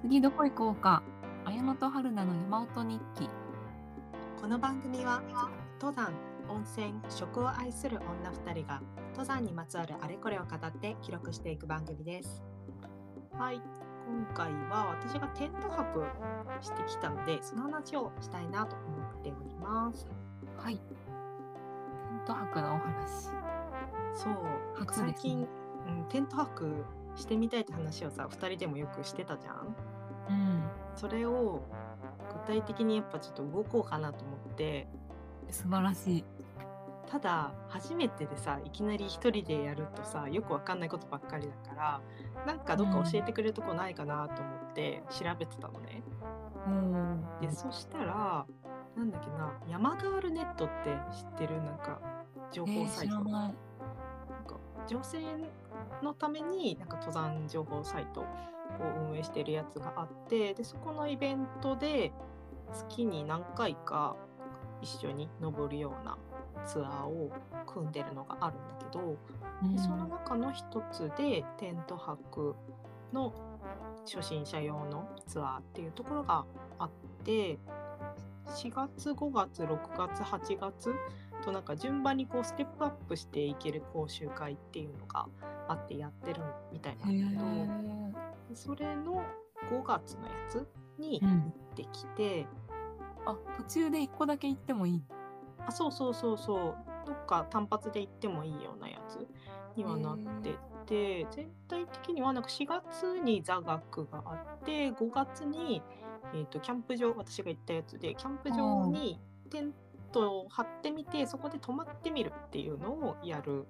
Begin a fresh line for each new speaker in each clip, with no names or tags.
次どこ行こうか綾本春菜の山音日記
この番組は登山温泉食を愛する女2人が登山にまつわるあれこれを語って記録していく番組ですはい今回は私がテント泊してきたのでその話をしたいなと思っております
はいテント泊のお話
そう
初ですね
最近、うん、テント泊してみたいって話をさ2人でもよくしてたじゃん
うん
それを具体的にやっぱちょっと動こうかなと思って
素晴らしい
ただ初めてでさいきなり一人でやるとさよくわかんないことばっかりだからなんかどっか教えてくれるとこないかなと思って調べてたのね。
おー
でそしたらなんだっけな山ガールネットって知ってるなんか情
え
報
ー、
サ
知
イト、
ら
な
なんい
か女性のためになんか登山情報サイトを運営してるやつがあってでそこのイベントで月に何回か一緒に登るようなツアーを組んでるのがあるんだけど。
うん
でその中の一つでテント泊の初心者用のツアーっていうところがあって4月5月6月8月となんか順番にこうステップアップしていける講習会っていうのがあってやってるみたいな
へ
んだけ
ー
ど、それの5月のやつに
う
行
ん
ってきて、
あ途中で一個だけ行ってもいい
あそうそうそうそうどっか単発で行ってもいいようなやつにはなってて全体的にはなんか4月に座学があって5月に、えー、とキャンプ場私が行ったやつでキャンプ場にテントを張ってみてそこで泊まってみるっていうのをやる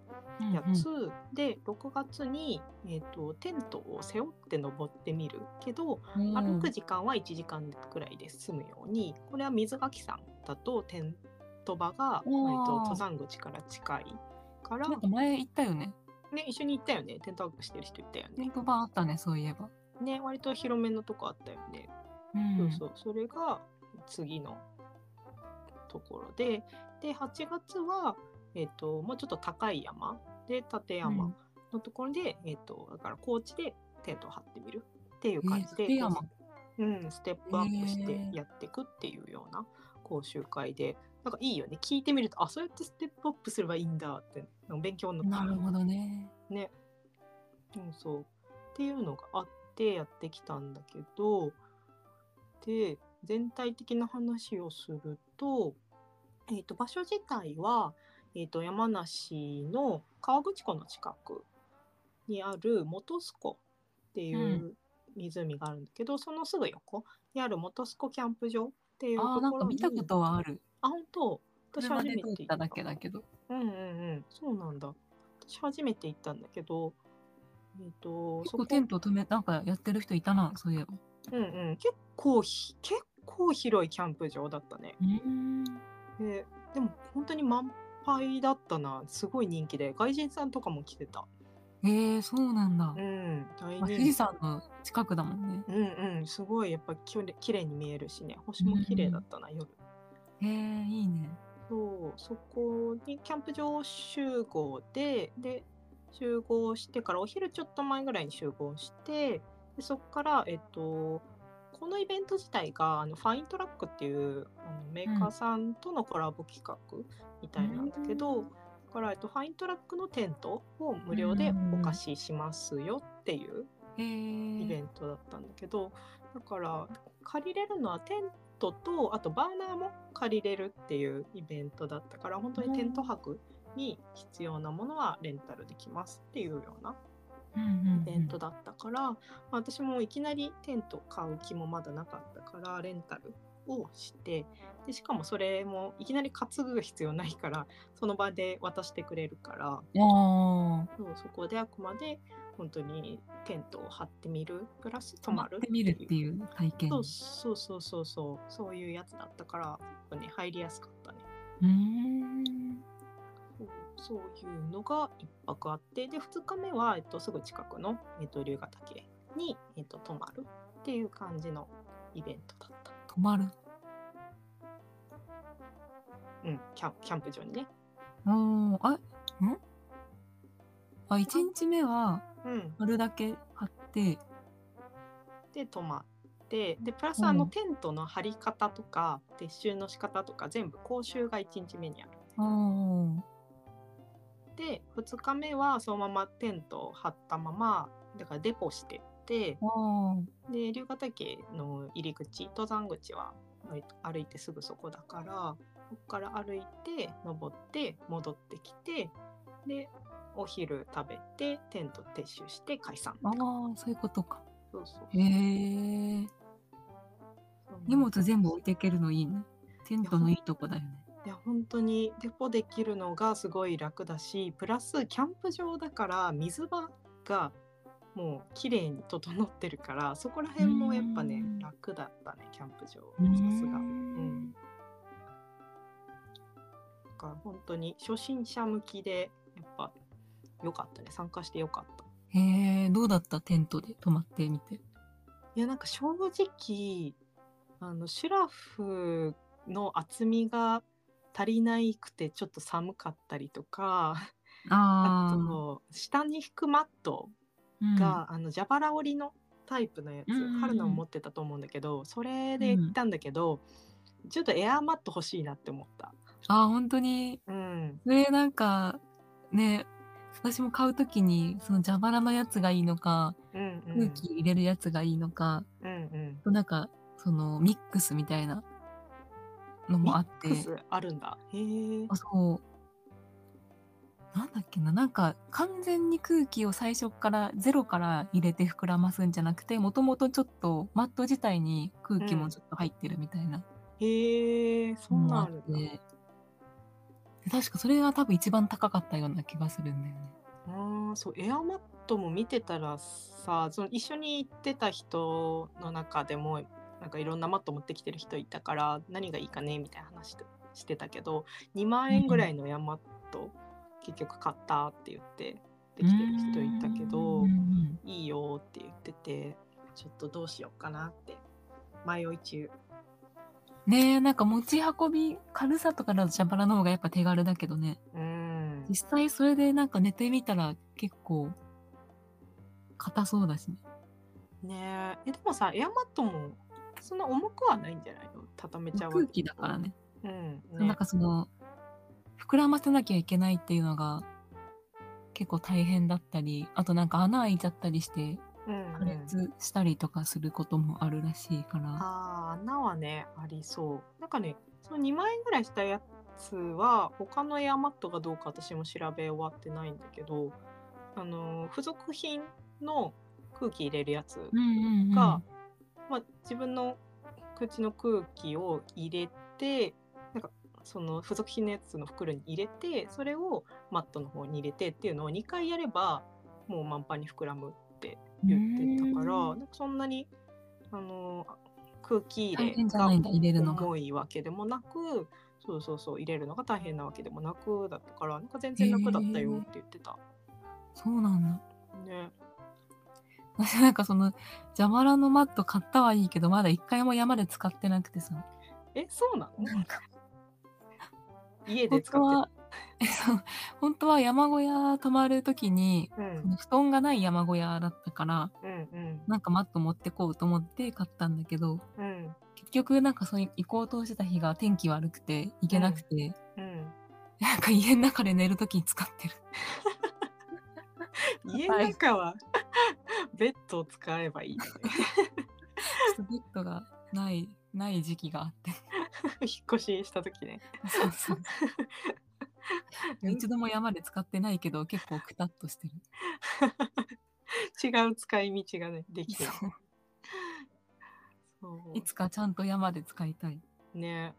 やつ、で6月に、えー、とテントを背負って登ってみるけど
うんうん
歩く時間は1時間くらいで済むようにこれは水垣山だとテント場が
おー
割と登山口から近いから、
なんか前行ったよね
ね、一緒に行ったよねテントワークしてる人いたよ
テ
ね
ントバーあったねそういえば、
ね割と広めのとこあったよね、
うん
そうそうそれが次のところでで8月は、えっともうちょっと高い山で立山のところで、えっとだから高地でテントを張ってみるっていう感じで、
えー立山
うん、ステップアップしてやっていくっていうような講習会で、なんかいいよね聞いてみるとあそうやってステップアップすればいいんだってなんか勉強に
うん
なっ
な
た
るほどね
ね、うん、そうっていうのがあってやってきたんだけどで全体的な話をすると,、えー、と場所自体は、えー、と山梨の河口湖の近くにある本栖湖っていう湖があるんだけど、そのすぐ横にある本栖湖キャンプ場っていうとこ
あー
ろに
なんか見たことはある
あ本当私
車
初
で
めて
通
行
っただけだけど
うんうんうん、そうなんだ。私初めて行ったんだけど、えっ、と、
結
そ
構
こ、
テント止めなんかやってる人いたなそういえば
うんうん、結構ひ、結構広いキャンプ場だったね。
うん
ででも本当に満杯だったな。すごい人気で、外人さんとかも来てた。
えー、そうなんだ、
うん、大
まあ、
人
富士
気。
山の近くだもんね
うんうん、すごいやっぱきれきれいに見えるしね、星も綺麗だったな、夜。
へえー、いいね
そうそこにキャンプ場集合でで集合してからお昼ちょっと前ぐらいに集合してでそこから、えっと、このイベント自体があのファイントラックっていうあのメーカーさんとのコラボ企画みたいなんだけど、だから、えっと、ファイントラックのテントを無料でお貸ししますよっていう
へえー、
イベントだったんだけど、だから借りれるのはテントとあとバーナーも借りれるっていうイベントだったから本当にテント泊に必要なものはレンタルできますっていうような
うん
イベントだったから、まあ私もいきなりテント買う気もまだなかったからレンタルをしてでしかもそれもいきなり担ぐ必要ないからその場で渡してくれるから
うんうん、あ
そうそこであくまで本当にテントを張ってみるプラス
あ泊
泊
ま
ま
っ
る
てみるっていう体験
そううそうそうそうそうそういうやつだったから結構ね入りやすかったね
ーん
そうそういうのが1泊あってで2日目は、えっと、すぐ近くの、えっと、龍ヶ岳に、えっと、泊まるっていう感じのイベントだった、
泊まる
うん、キャンキャンプ場にね
おーあんあ一日目は
うん
あるだけ貼って
で泊まってでプラスあの
うん
テントの張り方とか撤収の仕方とか全部講習が1日目にある。
おー
で2日目はそのままテントを張ったままだからデポしてって
おー
で龍ヶ岳の入り口登山口は割と歩いてすぐそこだからここから歩いて登って戻ってきてでお昼食べてテント撤収して解散
あーそういうことか。
そうそう
へえ。荷物全部置いていけるのいいね。テントのいいとこだよね。
いや本当にデポできるのがすごい楽だしプラスキャンプ場だから水場がもう綺麗に整ってるからそこら辺もやっぱ
う
ね
ん
楽だったねキャンプ場さすが。うん
う
だから本当に初心者向きでやっぱ良かったね参加して良かった。
んへえ、どうだったテントで泊まってみて。
いやなんか正直あのシュラフの厚みが足りないくてちょっと寒かったりとかあ
ああ。
と下に敷くマット
うん
が、あの蛇腹織りのタイプのやつ、
うんうんうん
春菜も持ってたと思うんだけどそれで行ったんだけど、ちょっとエアーマット欲しいなって思った。
あー本当に
うん、
それなんかね私も買うときにその蛇腹のやつがいいのか
うんう
空
ん
気入れるやつがいいのか、
うんうん
となんかそのミックスみたいなのもあって
ミックスあるんだ。へえ。
あそうなんだっけななんか完全に空気を最初からゼロから入れて膨らますんじゃなくてもともとちょっとマット自体に空気
う
も
ん
ちょっと入ってるみたいな
へえ、そ
の
ん
も
な
あ
ん
っ
あるん
て、
だ。
確かそれが多分一番高かったような気がするんだよね。
ああ、そう、エアマットも見てたらさ、その一緒に行ってた人の中でも、なんかいろんなマット持ってきてる人いたから、何がいいかねみたいな話としてたけど、2万円ぐらいのエアマット、結局買ったって言って、できてる人いたけ
う
ど
んう、ん
いいよって言ってて、ちょっとどうしようかなって、迷い中。
ねえなんか持ち運び軽さとかだと蛇腹の方がやっぱ手軽だけどね
うん
実。際それでなんか寝てみたら結構硬そうだしね
ねええでもさエアマットもそんな重くはないんじゃないの畳めちゃうわけ
空気だからね
うんね
なんかその膨らませなきゃいけないっていうのが結構大変だったりあとなんか穴開いちゃったりして
うん
破
うん、
裂したりとかすることもあるらしいから、
あー穴はねありそうなんかねその2万円ぐらいしたやつは他のエアマットがどうか私も調べ終わってないんだけどあのー付属品の空気入れるやつ
うんうんうん、
が、まあ、自分の口の空気を入れてなんかその付属品のやつの袋に入れてそれをマットの方に入れてっていうのを2回やればもう満杯に膨らむって言ってたから
うん
なんかそんなにあの空気
大
入れ
変じゃないんだ入れるのが
重いわけでもなくそうそうそう入れるのが大変なわけでもなくだったからなんか全然楽だったよって言ってた。
そうなんだ
ね、
私なんかその蛇腹のマット買ったはいいけどまだ一回も山で使ってなくてさ
えそうなの
なんか
家で
本
使
当
っ
はそう本当は山小屋泊まる時に
てた。う
そ
ん
の布団がない山小屋だったから
うんうん
なんかマット持ってこうと思って買ったんだけど
うん
結局なんかその行こうとしてた日が天気悪くて行けなくて、
うん
なんか家の中で寝る時に使ってる
家の中は ベッドを使えばいい よね
ちょっとベッドがないない時期があって
引っ越しした時ね
そうそうそう一度も山で使ってないけど結構くたっとしてる
違う使い道がねできてる
そう
そ
いつかちゃんと山で使いたい。
うね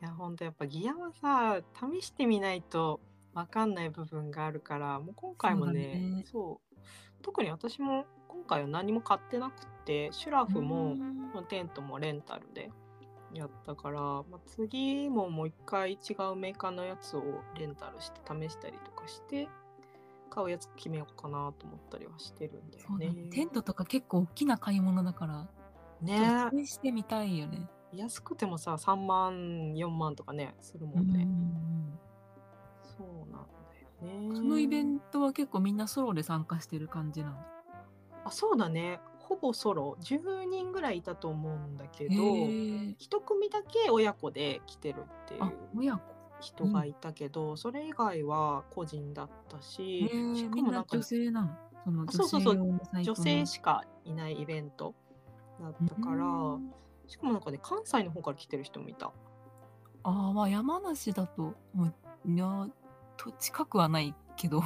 いやほんとやっぱギアはさ試してみないと分かんない部分があるからもう今回も
そうだ
ね
ね
そう特に私も今回は何も買ってなくてシュラフもテントもレンタルでやったから、まあ、次ももう一回違うメーカーのやつをレンタルして試したりとかして買うやつ決めようかなと思ったりはしてるんだ
そ
よ
うだ
ね
ね。テントとか結構大きな買い物だから、ちょっ
ね
と試してみたいよね。
安くてもさ3万4万とかねする
う
も
ん
ん
うん
ね、
うん
そうなんだよね
そのイベ
ト
ントは結構みんなソロで参加してる感じなの。
あそうだねほぼソロ10人ぐらいいたと思うんだけ
へ
ど、
ー
一組だけ親子で来てるっていう
あ親子
人がいたけど、それ以外は個人だった
へ
し、
ー
しか
み
も
ん
な
なん
か
女性なのその
そ
女
うそ
性
うそう
用のサイト
女
の
性しかいないイベントだったから、
うん
しかもなんかね関西の方から来てる人もいた。
ああまあ山梨だともういやと近くはないけど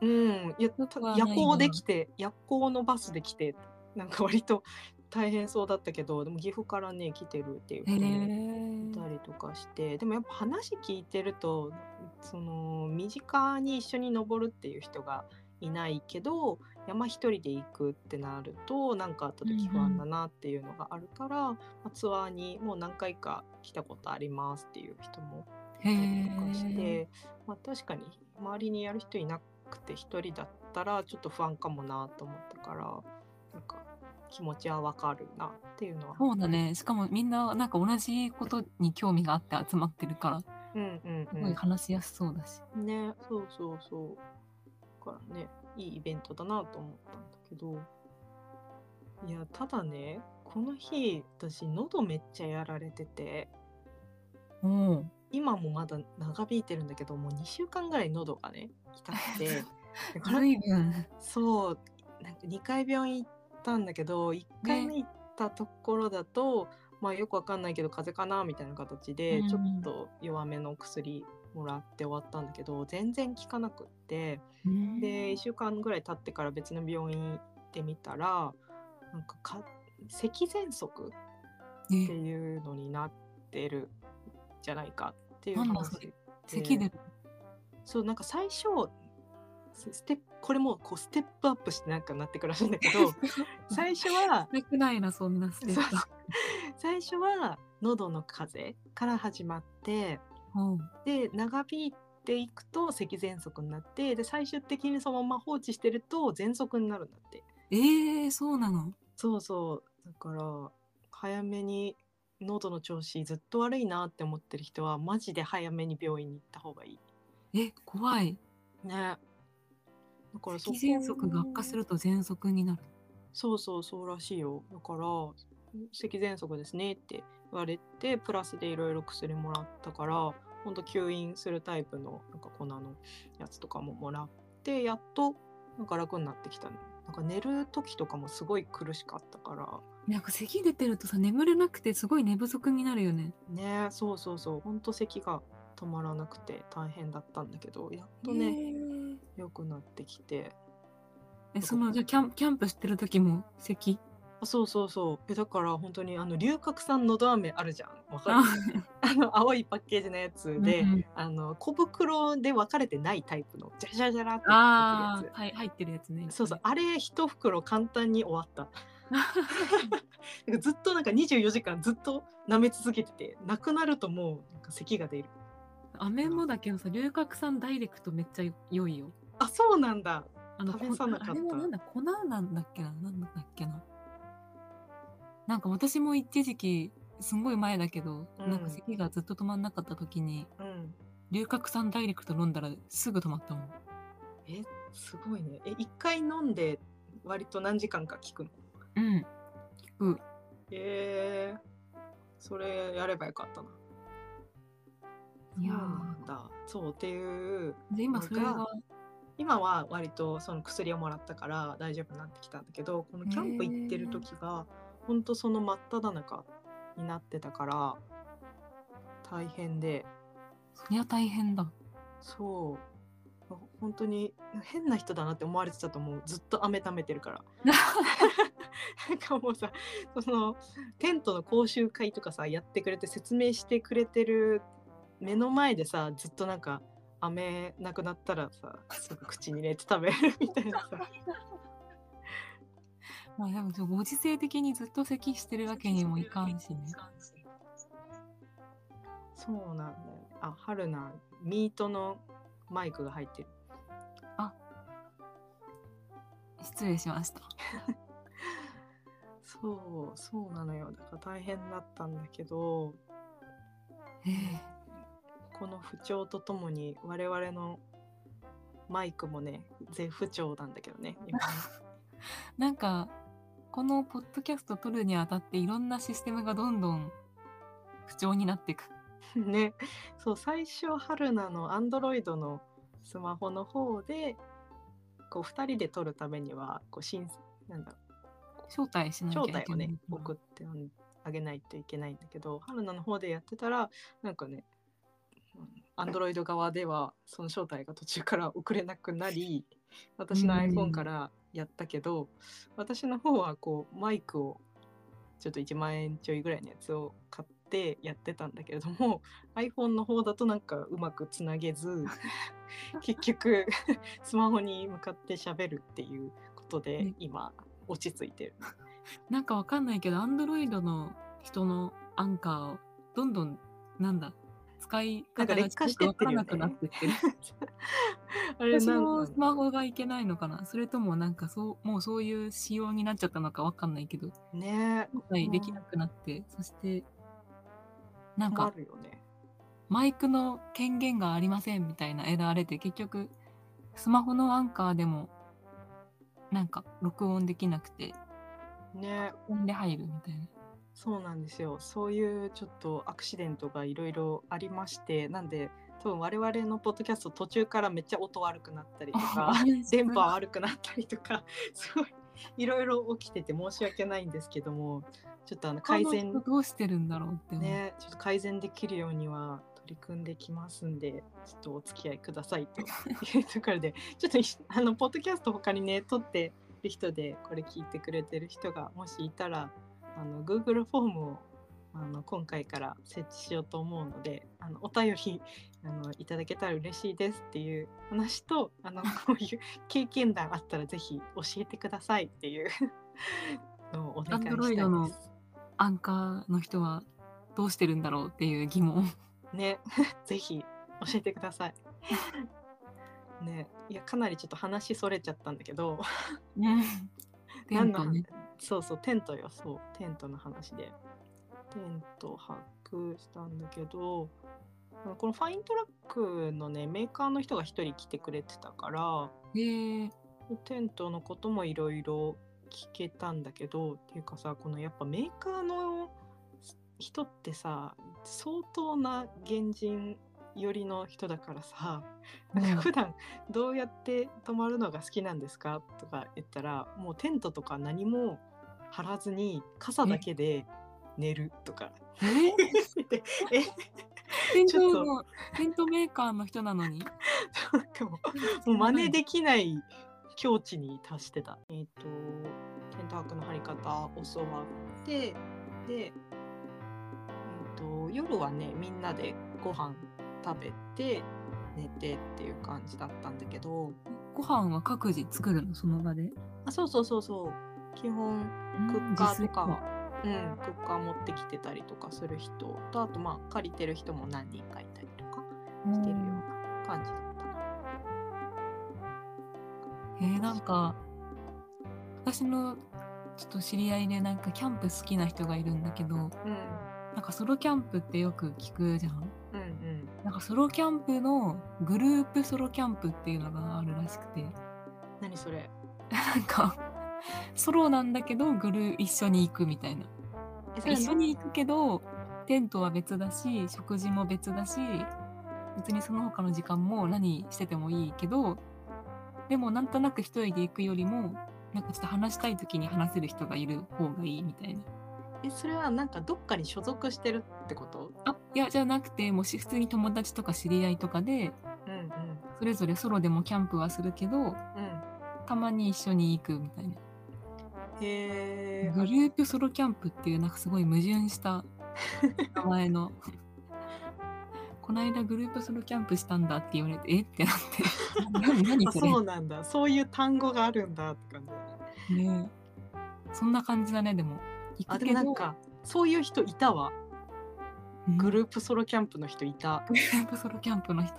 うん、いや
よくはない
夜
な
行で来て夜行のバスで来てなんか割と大変そうだったけどでも岐阜からね来てるっていう
へ
人もい
え
たりとかしてでもやっぱ話聞いてるとその身近に一緒に登るっていう人がいないけど山一人で行くってなると何かあった時不安だなっていうのがあるから、まあツアーにもう何回か来たことありますっていう人も
へ
たりとかし
え
て、まあ、確かに周りにやる人いなくて一人だったらちょっと不安かもなと思ったからなんか気持ちはわかるなっていうのは。
そうだねしかもみんななんか同じことに興味があって集まってるから
うんうん
す
う
ご
ん
い話しやすそうだし、
ねそうそうそうだからねいいイベントだなと思ったんだけどいやただねこの日私喉めっちゃやられてて
おお
今もまだ長引いてるんだけどもう2週間ぐらい喉がね痛 くてだから
随分
そうなんか2回病院行ったんだけど1回目行ったところだと、まあよくわかんないけど風邪かなみたいな形で、
うん
ちょっと弱めの薬もらって終わったんだけど全然効かなくってで1週間ぐらい経ってから別の病院行ってみたらなんかか咳喘息っ
え
ていうのになってるじゃないかっていう
なんだ
話
それ咳で
そうなんか最初スステップこれもうこうステップアップしてなんかなってくるらしいんだ けど最初は
少ないなそんなステッ
そう
プ
最初は喉の風邪から始まって
うん
で長引いていくと咳喘息になってで最終的にそのまま放置してると喘息になるんだって
ええそうなの
そうそうだから早めに喉の調子ずっと悪いなって思ってる人はマジで早めに病院に行った方がいい
え怖い
ねだからそ
咳
こ
喘息が悪化すると喘息になる
そうそうそうらしいよだから咳喘息ですねって言われてプラスでいろいろ薬もらったからほんと吸引するタイプのなんか粉のやつとかももらってやっとなんか楽になってきたねなんか寝る時とかもすごい苦しかったから
なんか咳出てるとさ眠れなくてすごい寝不足になるよね
ねそうそうそうほんと咳が止まらなくて大変だったんだけどやっと
え
ね
ー
良くなってきて
えそのじゃあキャンキャンプしてる時も咳
あそうそうそうえだから本当にあの龍角散のど飴あるじゃんわかる
あ
あの青いパッケージのやつで、
うん
あの小袋で分かれてないタイプのジャジャジャラって
あ
入ってる
ーはい入ってるやつね
やつそうそうあれ一袋簡単に終わったなんかずっとなんか24時間ずっと舐め続けててなくなるともうなんか咳が出る
飴もだけどさ龍角散ダイレクトめっちゃ良いよ
あそうなんだ
あの
試さなかった
こあれはなんだ粉なんだっけななんだっけななんか私も一時期すんごい前だけど、
うん
なんか咳がずっと止まんなかった時に
うん
龍角散ダイレクト飲んだらすぐ止まったもん
えすごいねえ一回飲んで割と何時間か効くの
うん聞く
えー、それやればよかったない
やー
そうなんだそうっていう
で今それ
なん
が
か今は割とその薬をもらったから大丈夫になってきたんだけどこのキャンプ行ってる時が本当その真っ只中になってたから大変で
そりゃ大変だ
そう本当に変な人だなって思われてたと思うずっと飴貯めてるからなんかもうさそのテントの講習会とかさやってくれて説明してくれてる目の前でさずっとなんか飴なくなったらさすぐ口に入れて食べるみたいなさ
まあでもちょご時世的にずっと咳してるわけにもいかんしね
そうなんだよあ春菜ミートのマイクが入ってる
失礼しました
そうそうなのよだから大変だったんだけど
へえ
この不調とともに我々のマイクもね全不調なんだけどね今ね
なんかこのポッドキャスト撮るにあたっていろんなシステムがどんどん不調になっていく。
ね、そう最初春菜のアンドロイドのスマホの方でこう2人で撮るためにはこう申なんだろ
招待し
う
なきゃ
招
いけない。
待をね
うん
送ってあげないといけないんだけど春菜の方でやってたらなんかねアンドロイド側ではその招待が途中から送れなくなり私の
うん
iPhone からやったけど、私の方はこうマイクをちょっと1万円ちょいぐらいのやつを買ってやってたんだけれども iPhone の方だとなんかうまくつな げず結局スマホに向かって喋るっていうことで
ね
今落ち着いてる。
なんかわかんないけど、アンドロイドの人のアンカーをどんどん、なんだ、使い方
なん
が
か
ちょ
劣化
っ
し
と
てっ
わ
て
か
る
らな
よね
くなって ってる。
あれ
私
なんな
の
ん
スマホがいけないのかなそれともなんかそう、もうそういう仕様になっちゃったのかわかんないけど、
ね
招待できなくなって、そして、なん
困
か
るよね。
マイクの権限がありませんみたいなエラー出て、結局、スマホのアンカーでも、なんか録音できなくて、
ね
ほんで入るみたいな。
そうなんですよ。そういうちょっとアクシデントがいろいろありまして、なんで多分我々のポッドキャスト途中からめっちゃ音悪くなったり とか。電波悪くなったりとか、 すごいいろいろ起きてて申し訳ないんですけども、ちょっとあの
改
改
善
善
どうしてるんだろうって思う、
ね、ちょっと改善できるようには取り組んできますんで、ちょっとお付き合いくださいと いうところで、ちょっといあのポッドキャスト他にね撮ってる人でこれ聞いてくれてる人がもしいたら、あの Google フォームをあの今回から設置しようと思うのであのお便りあのいただけたら嬉しいですっていう話と あのこういう経験談あったらぜひ教えてくださいっていうのをお願いしたい
Android
で
の
す。
アンカーの人はどうしてるんだろうっていう疑問
ね、 ぜひ教えてください。ね、いやかなりちょっと話それちゃったんだけど、
テント
何の
ね
そうそうテントよそうテントの話でテント泊したんだけどあのこのファイントラックのねメーカーの人が一人来てくれてたから
へえ
テントのこともいろいろ聞けたんだけどっていうかさこのやっぱメーカーの人ってさ相当な原人寄りの人だからさ、なんか普段どうやって泊まるのが好きなんですかとか言ったらもうテントとか何も張らずに傘だけで寝るとか。 でえ
テン
ちょっ
ト
と
のテントメーカーの人なのに
なんかもうもう真似できない境地に達してた。えっ、と、テント泊の張り方教わって、で、えっ、と、夜はね、みんなでご飯食べて、寝てっていう感じだったんだけど、
ご飯は各自作るのその場で
あ、そうそうそうそう、基本、クッカーとか、うん、クッカー持ってきてたりとかする人と、あとまあ、借りてる人も何人かいたりとかしてるような感じだったな。
えー、なんか私のちょっと知り合いでなんかキャンプ好きな人がいるんだけど
うん、
なんかソロキャンプってよく聞くじゃん
うん、うん。
なんかソロキャンプのグループソロキャンプっていうのがあるらしくて
何それ
なんかソロなんだけどグルー一緒に行くみたいな
えそれ
一緒に行くけどテントは別だし食事も別だし別にその他の時間も何しててもいいけどでもなんとなく一人で行くよりもなんかちょっと話したい時に話せる人がいる方がいいみたいな
えそれはなんかどっかに所属してるってこと
あいやじゃなくてもし普通に友達とか知り合いとかで
うんうん
それぞれソロでもキャンプはするけど
うん
たまに一緒に行くみたいな
へえ
グループソロキャンプっていうなんかすごい矛盾した名前の こないだグループソロキャンプしたんだって言われてえってなって何何
あ
そ
そ
れ
うなんだそういう単語があるんだって感じだね
ねえそんな感じだねでも行
あ
く
で
け
も
ど
なんかそういう人いたわグ
ー
ループソロキャンプの人いた
プソロキャンプの人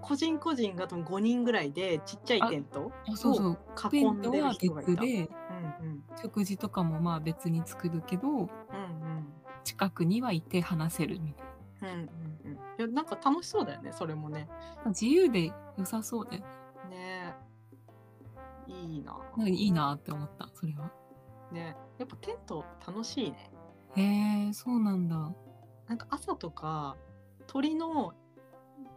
個人個人が多分5人ぐらいでちっちゃいテント
あそうそう
囲
ペン
ん
ト
でる
は
人がい
別
た
で
うんうん
食事とかもまあ別に作るけど
うんうん
近くにはいて話せるみたい
うんうんうんいやなんか楽しそうだよねそれもね
な自由で良さそうで
ねえいいな
なんかいいなって思ったそれは
ねやっぱテント楽しいね
へえそうなんだ
なんか朝とか鳥の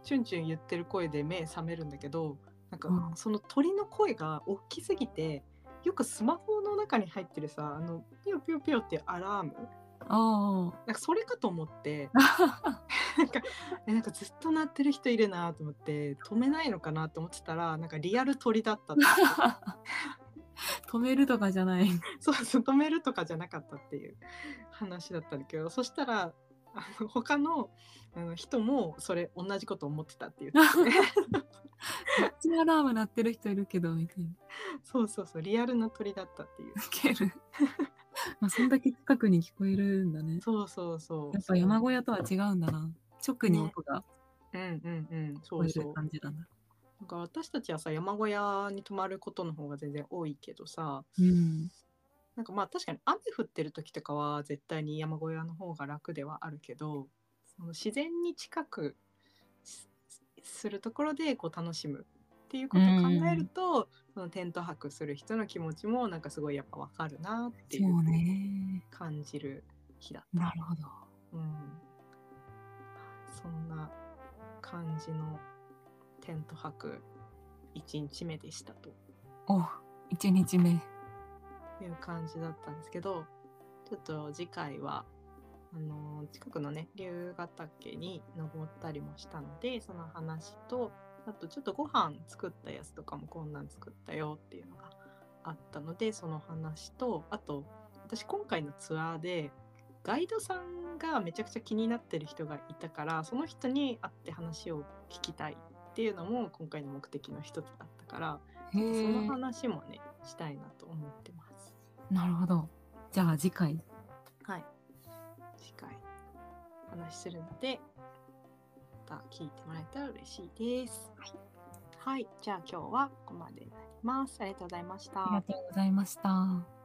チュンチュン言ってる声で目覚めるんだけどなんか
うん
その鳥の声が大きすぎてよくスマホの中に入ってるさあのピヨピヨピヨっていうアラーム
あ
なんかそれかと 思って
あ
えなんかずっと鳴ってる人いるなと思って止めないのかなと思ってたらなんかリアル鳥 だったって
止めるとかじゃない
そうそう止めるとかじゃなかったっていう話だったんだけどそしたらあの他のあの人もそれ同じこと思ってたっ ていう、
めっちゃアラーム鳴ってる人いるけどみた いな
そうそうそうリアルな鳥だったっていう
受けるまあそんだけ近くに聞こえるんだね
そうそうそう
やっぱ山小屋とは違うんだな直に音が
うんうんうん
聞
そ
こ
う
え
そう
る感じだな
なんか私たちはさ山小屋に泊まることの方が全然多いけどさ
うん
なんかまあ確かに雨降ってる時とかは絶対に山小屋の方が楽ではあるけどその自然に近くすするところでこう楽しむっていうことを考えると、そのテント泊する人の気持ちもなんかすごいやっぱわかるなってい
そう
う
ね
感じる日だった。
なるほど
うん、そんな感じのテント泊1日目でしたと
お1日目
いう感じだったんですけどちょっと次回はあの近くのね龍ヶ岳に登ったりもしたのでその話とあとちょっとご飯作ったやつとかもこんなん作ったよっていうのがあったのでその話とあと私今回のツアーでガイドさんがめちゃくちゃ気になってる人がいたからその人に会って話を聞きたいっていうのも今回の目的の一つだったから
へ
そ
え
の話もねしたいなと思ってます。
なるほどじゃあ次回
はい。次回お話しするので、また聞いてもらえたら嬉しいです。はい。じゃあ今日はここまでになります。ありがとうございました。
ありがとうございました。